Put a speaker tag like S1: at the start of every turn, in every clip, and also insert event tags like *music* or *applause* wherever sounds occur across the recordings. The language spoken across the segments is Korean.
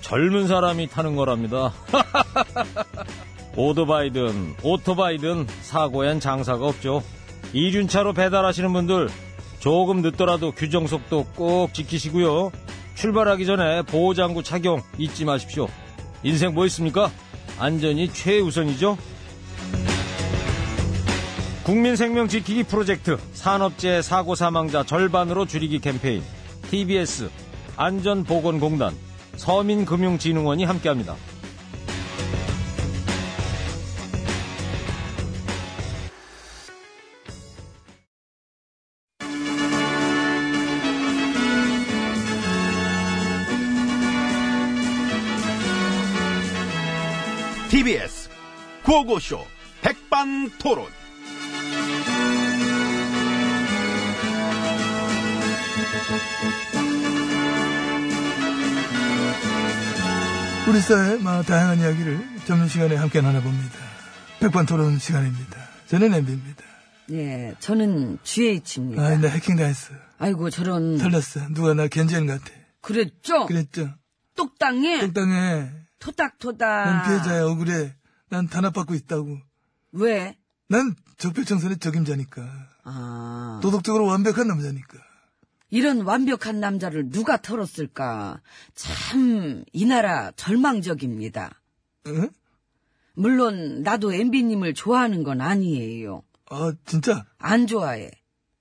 S1: 젊은 사람이 타는 거랍니다. *laughs* 오토바이든 오토바이든 사고엔 장사가 없죠. 이륜차로 배달하시는 분들 조금 늦더라도 규정 속도 꼭 지키시고요. 출발하기 전에 보호장구 착용 잊지 마십시오. 인생 뭐 있습니까? 안전이 최우선이죠. 국민 생명 지키기 프로젝트 산업재해 사고 사망자 절반으로 줄이기 캠페인 TBS 안전보건공단 서민금융진흥원이 함께합니다.
S2: TBS 구호고쇼 백반토론.
S3: 우리 사회의 마- 다양한 이야기를 점심시간에 함께 나눠봅니다. 백반토론 시간입니다. 저는 엠비입니다.
S4: 예, 저는 GH입니다.
S3: 아, 나 해킹당했어.
S4: 아이고, 저런.
S3: 털렸어. 누가 나 견제인 것 같아.
S4: 그랬죠?
S3: 그랬죠.
S4: 똑당해?
S3: 땅에
S4: 토닥토닥.
S3: 난 피해자야 억울해. 난 탄압받고 있다고.
S4: 왜?
S3: 난 적폐청산의 적임자니까.
S4: 아,
S3: 도덕적으로 완벽한 남자니까.
S4: 이런 완벽한 남자를 누가 털었을까? 참, 이 나라 절망적입니다.
S3: 응?
S4: 물론, 나도 MB님을 좋아하는 건 아니에요.
S3: 아 진짜?
S4: 안 좋아해.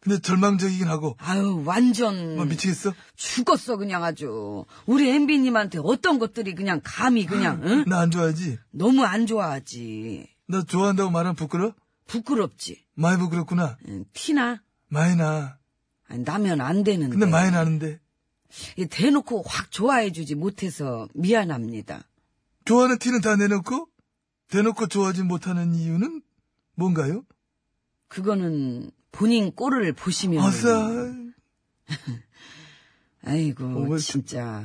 S3: 근데 절망적이긴 하고.
S4: 아유, 완전.
S3: 뭐 미치겠어?
S4: 죽었어, 그냥 아주. 우리 MB님한테 어떤 것들이 그냥 감히 그냥, 응?
S3: 나 안 좋아하지?
S4: 너무 안 좋아하지.
S3: 나 좋아한다고 말하면 부끄러?
S4: 부끄럽지.
S3: 많이 부끄럽구나.
S4: 응, 티나?
S3: 많이 나.
S4: 아니, 나면 안 되는데.
S3: 근데 많이 나는데.
S4: 이 대놓고 확 좋아해주지 못해서 미안합니다.
S3: 좋아하는 티는 다 내놓고 대놓고 좋아하지 못하는 이유는 뭔가요?
S4: 그거는 본인 꼴을 보시면.
S3: 아싸
S4: 아이고,
S3: 어, 왜 아,
S4: 진짜.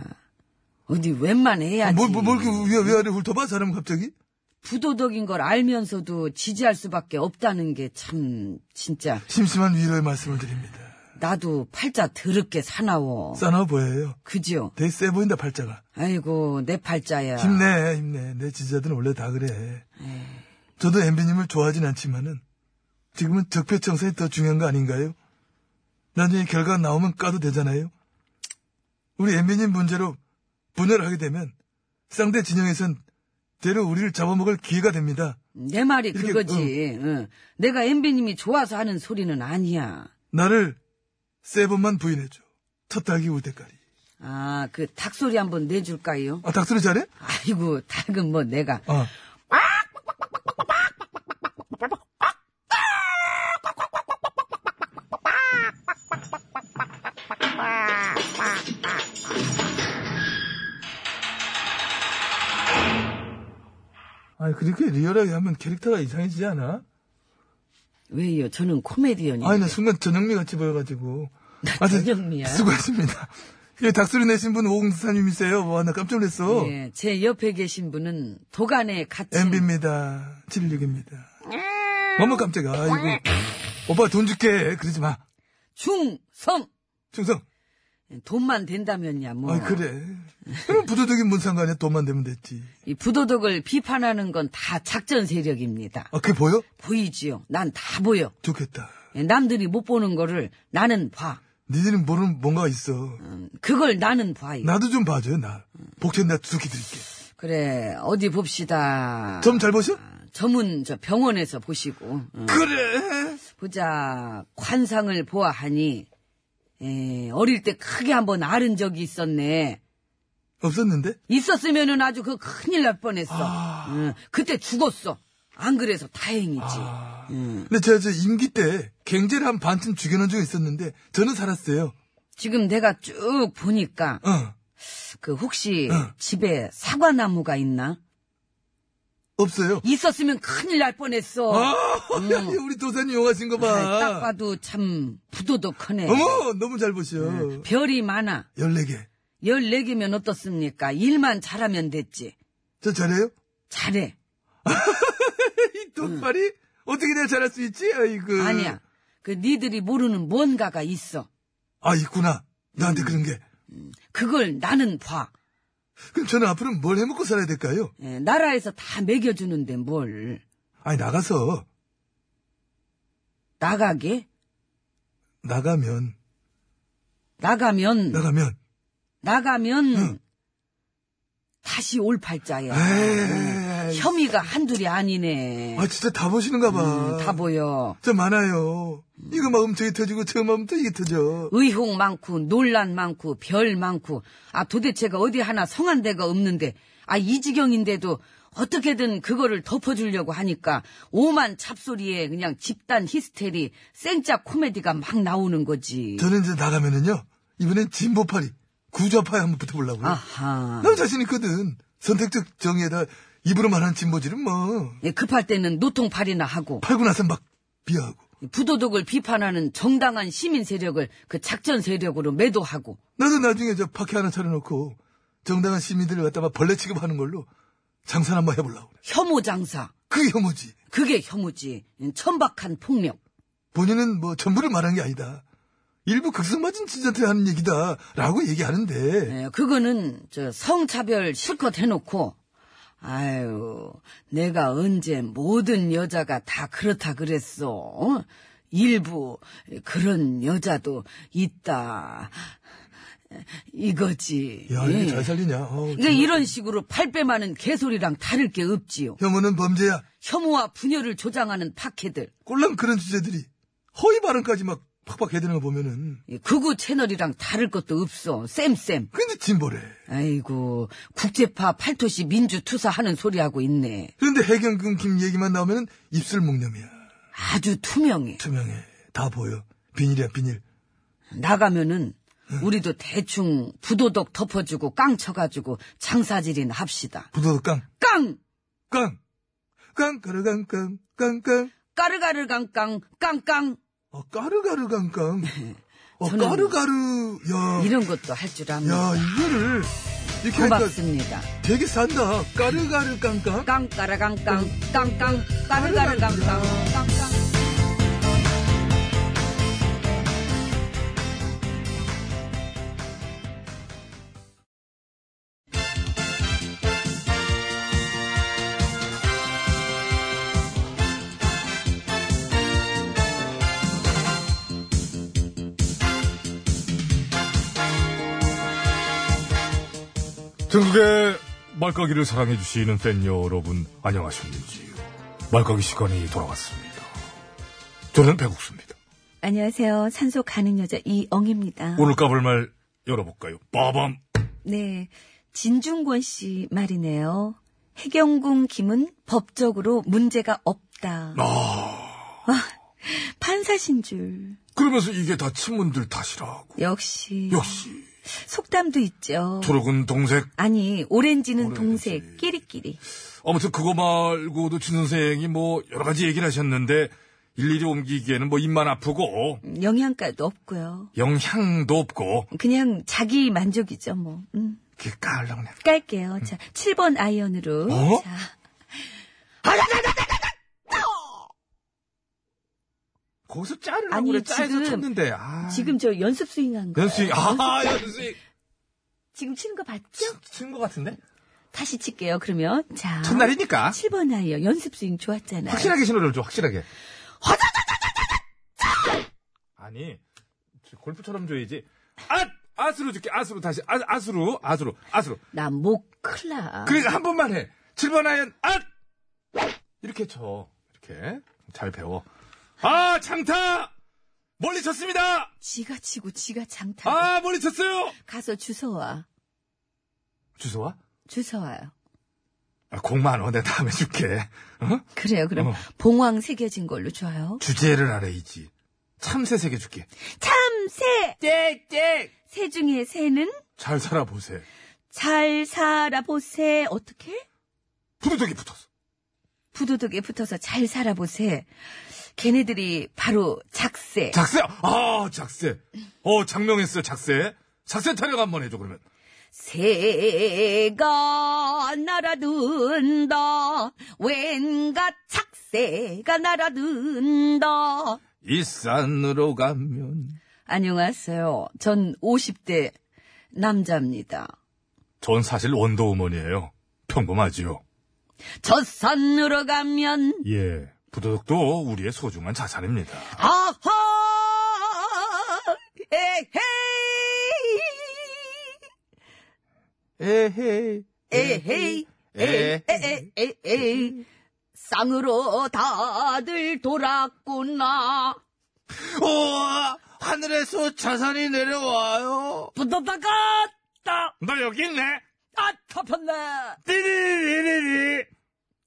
S4: 어디 웬만해야지.
S3: 뭘, 뭘, 뭘 이렇게 위, 위아래 훑어봐 사람 갑자기
S4: 부도덕인 걸 알면서도 지지할 수밖에 없다는 게 참, 진짜.
S3: 심심한 위로의 말씀을 드립니다
S4: 나도 팔자 더럽게 사나워.
S3: 싸나 보여요
S4: 그지요?
S3: 되게 세 보인다 팔자가
S4: 아이고, 내 팔자야.
S3: 힘내 힘내 내 지지자들은 원래 다 그래 저도 엠비님을 좋아하진 않지만은 지금은 적폐청산이 더 중요한 거 아닌가요? 나중에 결과 나오면 까도 되잖아요 우리 엠비님 문제로 분열하게 되면 상대 진영에선 대로 우리를 잡아먹을 기회가 됩니다
S4: 내 말이
S3: 이렇게, 어.
S4: 그거지. 응. 내가 엠비님이 좋아서 하는 소리는 아니야.
S3: 나를 세 번만 부인해줘. 첫 닭이 울 때까지.
S4: 아, 그 닭소리 한번 내줄까요?
S3: 아, 닭소리 잘해?
S4: 아이고, 닭은 뭐 내가.
S3: 어. 아니, 그렇게 리얼하게 하면 캐릭터가 이상해지지 않아?
S4: 왜요? 저는 코미디언이에요.
S3: 아니, 나 순간 전영미 같이 보여가지고. 아, 저-
S4: 예. 전영미야.
S3: 수고하십니다. 예, 닭소리 내신 분 오공사님이세요. 와, 나 깜짝 놀랐어.
S4: 예, 제 옆에 계신 분은 도간에 갇힌
S3: MB입니다. 76입니다.
S4: 음.
S3: 어머, 깜짝이야. 아이고. 오빠 돈 줄게. 그러지 마.
S4: 중성. 예,
S3: 충성.
S4: 돈만 된다면야 뭐.
S3: 아, 그래. 그럼 부도덕인 뭔 상관이야. 돈만 되면 됐지.
S4: 이 부도덕을 비판하는 건 다 작전 세력입니다.
S3: 아, 그게 보여?
S4: 보이지요? 난 다 보여.
S3: 좋겠다.
S4: 예, 남들이 못 보는 거를 나는 봐.
S3: 니들이 모르는 뭔가 있어.
S4: 음, 그걸 나는 봐요. 음.
S3: 나도 좀 봐줘요, 나. 복채 내가 두둑히 드릴게.
S4: 그래, 어디 봅시다.
S3: 점 잘 보셔?
S4: 점은 저 병원에서 보시고. 응.
S3: 그래.
S4: 보자, 관상을 보아하니, 에, 어릴 때 크게 한번 앓은 적이 있었네.
S3: 없었는데?
S4: 있었으면은 아주 그 큰일 날 뻔했어.
S3: 아.
S4: 응, 그때 죽었어. 안 그래서 다행이지.
S3: 아.
S4: 예. 응.
S3: 근데 제가 저 임기 때 갱제를 한 반쯤 죽여놓은 적이 있었는데 저는 살았어요.
S4: 지금 내가 쭉 보니까,
S3: 어.
S4: 그 혹시 집에 사과나무가 있나?
S3: 없어요.
S4: 있었으면 큰일 날 뻔했어. 음.
S3: 아, 야, *laughs* 우리 도사님 용하신 거 봐.
S4: 아이, 딱 봐도 참 부도덕하네. 예,
S3: 어머, 너무 잘 보셔.
S4: 별이 많아.
S3: 14개.
S4: 14개면 어떻습니까? 일만 잘하면 됐지.
S3: 저 잘해요?
S4: 잘해.
S3: 이 돈발이? 어떻게 내가 잘할 수 있지? 아이고.
S4: 아니야. 그 니들이 모르는 뭔가가 있어.
S3: 아, 있구나. 나한테 그런 게.
S4: 그걸 나는 봐.
S3: 그럼 저는 앞으로는 뭘 해먹고 살아야 될까요?
S4: 예, 나라에서 다 먹여주는데 뭘.
S3: 아니, 나가서,
S4: 나가게?
S3: 나가면,
S4: 나가면,
S3: 나가면,
S4: 나가면, 다시 올 팔자야.
S3: 에이.
S4: 혐의가 한둘이 아니네.
S3: 아, 진짜 다 보시는가 봐.
S4: 음, 다 보여.
S3: 저 많아요. 이거 마음 저기 터지고, 저 마음 저기 터져.
S4: 의혹 많고 논란 많고 별 많고 아 도대체가 어디 하나 성한 데가 없는데 아 이 지경인데도 어떻게든 그거를 덮어주려고 하니까 오만 잡소리에 그냥 집단 히스테리 생짜 코미디가 막 나오는 거지.
S3: 저는 이제 나가면은요, 이번엔 진보파리, 구좌파에 한번 붙어보려고요.
S4: 아하.
S3: 난 자신 있거든. 선택적 정의에다 입으로 말하는 진보질은 뭐,
S4: 예, 급할 때는 노통팔이나 하고
S3: 팔고 나서 막 비하하고.
S4: 부도덕을 비판하는 정당한 시민 세력을 그 작전 세력으로 매도하고
S3: 나도 나중에 저 파케 하나 차려놓고, 정당한 시민들을 갖다가 벌레 취급하는 걸로 장사를 한번 해보려고. 그래.
S4: 혐오 장사
S3: 그게 혐오지.
S4: 그게 혐오지 음, 천박한 폭력.
S3: 본인은 뭐 전부를 말한 게 아니다. 일부 극성맞은 지자한테 하는 얘기다. 라고 얘기하는데.
S4: 예, 그거는 저 성차별 실컷 해놓고 아유 내가 언제 모든 여자가 다 그렇다 그랬어 어? 일부 그런 여자도 있다 이거지
S3: 야,
S4: 예.
S3: 이게 잘 살리냐. 어우,
S4: 그러니까 이런 식으로 팔빼마는 개소리랑 다를 게 없지요
S3: 혐오는 범죄야.
S4: 혐오와 분열을 조장하는 파케들
S3: 꼴랑 그런 주제들이 허위 발언까지 막 팍팍 해대는 거 보면은.
S4: 이 예, 극우 채널이랑 다를 것도 없어 쌤쌤
S3: 근데 진보래.
S4: 아이고 국제파 팔토시 민주투사 하는 소리하고 있네
S3: 그런데 해경금 김 얘기만 나오면은 입술 목념이야.
S4: 아주 투명해
S3: 투명해. 다 보여. 비닐이야, 비닐.
S4: 나가면은 우리도 대충 부도덕 덮어주고 깡 쳐가지고 장사질이나 합시다.
S3: 부도덕 깡,
S4: 깡!
S3: 깡. 깡, 까르, 깡, 깡, 깡, 깡.
S4: 까르가르 깡깡 깡깡
S3: 어, 까르가르, 깡, 깡. 어,
S4: 저는
S3: 까르가르, 야.
S4: 이런 것도 할 줄
S3: 야,
S4: 압니다.
S3: 이거를 이렇게 하니까
S4: 고맙습니다.
S3: 되게 산다. 까르가르 깡깡.
S4: 깡까라 깡깡 깡깡 까르가르 깡깡 깡깡
S5: 전국의 말까기를 사랑해주시는 팬 여러분, 안녕하셨는지요. 말까기 시간이 돌아왔습니다. 저는 배국수입니다.
S6: 안녕하세요. 산소 가는 여자 이엉입니다.
S5: 오늘 까불 말 열어볼까요? 빠밤!
S6: 네. 진중권 씨 말이네요. 해경궁 김은 법적으로 문제가 없다. 아, 판사신 줄.
S5: 그러면서 이게 다 친문들 탓이라고.
S6: 역시.
S5: 역시.
S6: 속담도 있죠.
S5: 초록은 동색.
S6: 아니, 오렌지는
S5: 오렌지.
S6: 동색, 끼리끼리.
S5: 아무튼 그거 말고도 진 선생이 뭐 여러 가지 얘기를 하셨는데, 일일이 옮기기에는 뭐 입만 아프고,
S6: 영양가도 없고요.
S5: 영향도 없고,
S6: 그냥 자기 만족이죠, 뭐. 음,
S5: 이게 깔랑네.
S6: 깔게요. 자, 7번 아이언으로.
S5: 음. 어?
S6: 자.
S5: 거기서 자르라고
S6: 아니,
S5: 그래. 짜여서
S6: 지금-
S5: 쳤는데, 아.
S6: 지금 저 연습 스윙한 거.
S5: 연수이, 아, 연수이.
S6: 지금 치는 거 봤죠?
S5: 친것 같은데?
S6: 다시 칠게요, 그러면. 자.
S5: 첫날이니까.
S6: 7번 아이언 연습 스윙 좋았잖아요.
S5: 확실하게 신호를 줘, 확실하게. 아니, 골프처럼 줘야지. 앗! 아스로 줄게. 아스로 다시. 아, 아스로. 아스로. 아스로.
S3: 나목 클라.
S5: 그러니까 한 번만 해. 7번 하얀 앗! 이렇게 쳐. 이렇게. 잘 배워. 아, 장타! 멀리 쳤습니다!
S4: 지가 치고 지가 장타.
S5: 아, 멀리 쳤어요!
S4: 가서 주워와.
S5: 주소와?
S4: 주워와요.
S5: 아, 공만 원, 내가 다음에 줄게. 어?
S4: 그래요. 그럼
S5: 어.
S4: 봉황 새겨진 걸로 줘요.
S5: 주제를 알아야지. 참새 세개 줄게.
S4: 참새.
S5: 땡땡!
S4: 새 중에 새는
S5: 잘 살아보세요.
S4: 잘 살아보세. 어떻게?
S5: 부르덕이 붙었어.
S4: 부도덕에 붙어서 잘 살아보세. 걔네들이 바로 작새.
S5: 작세! 아, 작세. 어, 장명했어요, 작세. 작세 타령 한번 해줘, 그러면.
S4: 새가 날아든다. 왠가 착새가 날아든다.
S5: 일산으로 가면.
S4: 안녕하세요. 전 50대 남자입니다.
S5: 전 사실 원더우먼이에요. 평범하지요.
S4: 저 산으로 가면
S5: 예. 부도덕도 우리의 소중한 자산입니다.
S4: 아하 에헤이
S5: 에헤이.
S4: 에헤이 에에에에에 쌍으로 다들 돌았구나
S5: 우와! 하늘에서 자산이 내려와요.
S4: 부도다가 따
S5: 너 여기 있네.
S4: 아, 터졌네
S5: 띠리리리리.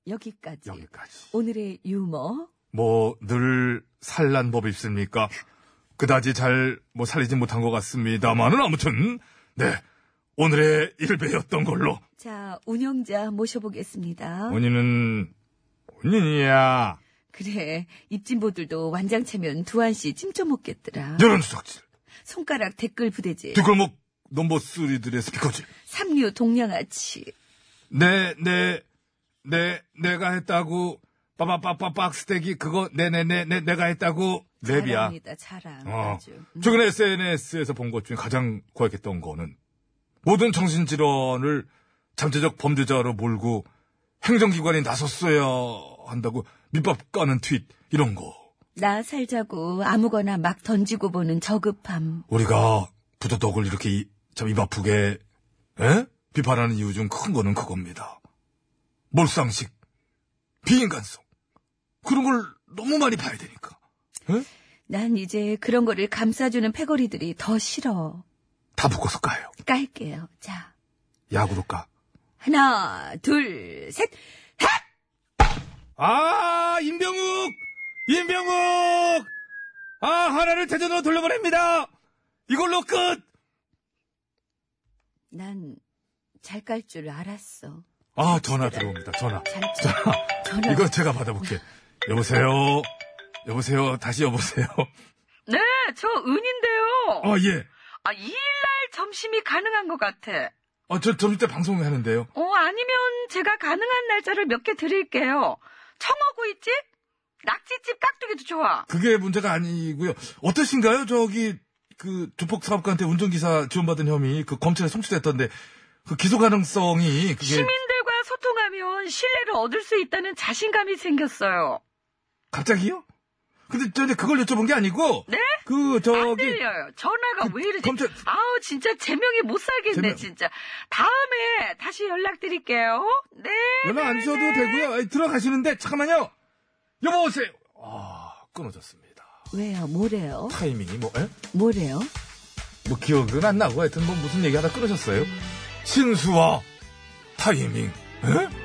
S4: 여기까지
S5: 여기까지.
S4: 오늘의 유머
S5: 뭐 늘 산란 법 있습니까? 그다지 잘 뭐 살리지 못한 것 같습니다만은 아무튼 네 오늘의 일배였던 걸로.
S4: 자 운영자 모셔보겠습니다
S5: 언니는 언니야
S4: 그래 입진보들도 완장체면 두한씨 찜 좀 먹겠더라
S5: 여론 수석질
S4: 손가락 댓글 부대질
S5: 뒷골목 넘버 쓰리들의 스피커질.
S4: 삼류 동양아치
S5: 내, 내, 내, 네, 내가 했다고, 빠바빠빠 박스테기 그거, 네, 내내내, 내, 내가 했다고, 랩이야.
S4: 잘합니다 잘함
S5: 어.
S4: 아주 음.
S5: 최근에 SNS에서 본 것 중에 가장 고약했던 거는, 모든 정신질환을 잠재적 범죄자로 몰고, 행정기관이 나섰어야 한다고 밑밥 까는 트윗, 이런 거.
S4: 나 살자고 아무거나 막 던지고 보는 저급함.
S5: 우리가 부도덕을 이렇게 이- 참 입아프게 에? 비판하는 이유 중 큰 거는 그겁니다. 몰상식, 비인간성 그런 걸 너무 많이 봐야 되니까
S4: 난 이제 그런 거를 감싸주는 패거리들이 더 싫어.
S5: 다 묶어서 까요.
S4: 깔게요. 자,
S5: 야구로 까.
S4: 하나, 둘, 셋.
S5: 아 임병욱, 임병욱, 아 하나를 대전으로 돌려보냅니다. 이걸로 끝.
S4: 난 잘 깔 줄 알았어.
S5: 아 전화 들어옵니다. 전화.
S4: 잘 쳐.
S5: 전화.
S4: 전화.
S5: 이건 제가 받아볼게. 여보세요. 여보세요. 다시 여보세요.
S3: 네, 저 은인데요.
S5: 아 예.
S3: 아, 2일날 점심이 가능한 것 같아.
S5: 아, 저, 점심 때 방송 하는데요.
S3: 어, 아니면 제가 가능한 날짜를 몇 개 드릴게요. 청어구이집? 낙지집 깍두기도 좋아.
S5: 그게 문제가 아니고요. 어떠신가요? 저기, 그, 조폭 사업가한테 운전기사 지원받은 혐의, 그, 검찰에 송치됐던데, 그 기소 가능성이, 그게,
S3: 시민들과 소통하면 신뢰를 얻을 수 있다는 자신감이 생겼어요.
S5: 갑자기요? 근데 저 이제 그걸 여쭤본 게 아니고,
S3: 네?
S5: 그,
S3: 안
S5: 저기, 그
S3: 들려요. 전화가 왜 이러지?
S5: 검찰-
S3: 아우, 진짜 제명이 못 살겠네,
S5: 제명-
S3: 진짜. 다음에 다시 연락드릴게요. 네.
S5: 연락 안 주셔도 되고요. 아이, 들어가시는데, 잠깐만요! 여보세요! 아, 끊어졌습니다.
S4: 왜요? 뭐래요?
S5: 타이밍이 뭐, 에?
S4: 뭐래요?
S5: 뭐 기억은 안 나고 하여튼 뭐 무슨 얘기하다 끊으셨어요? 신수와 타이밍. 에?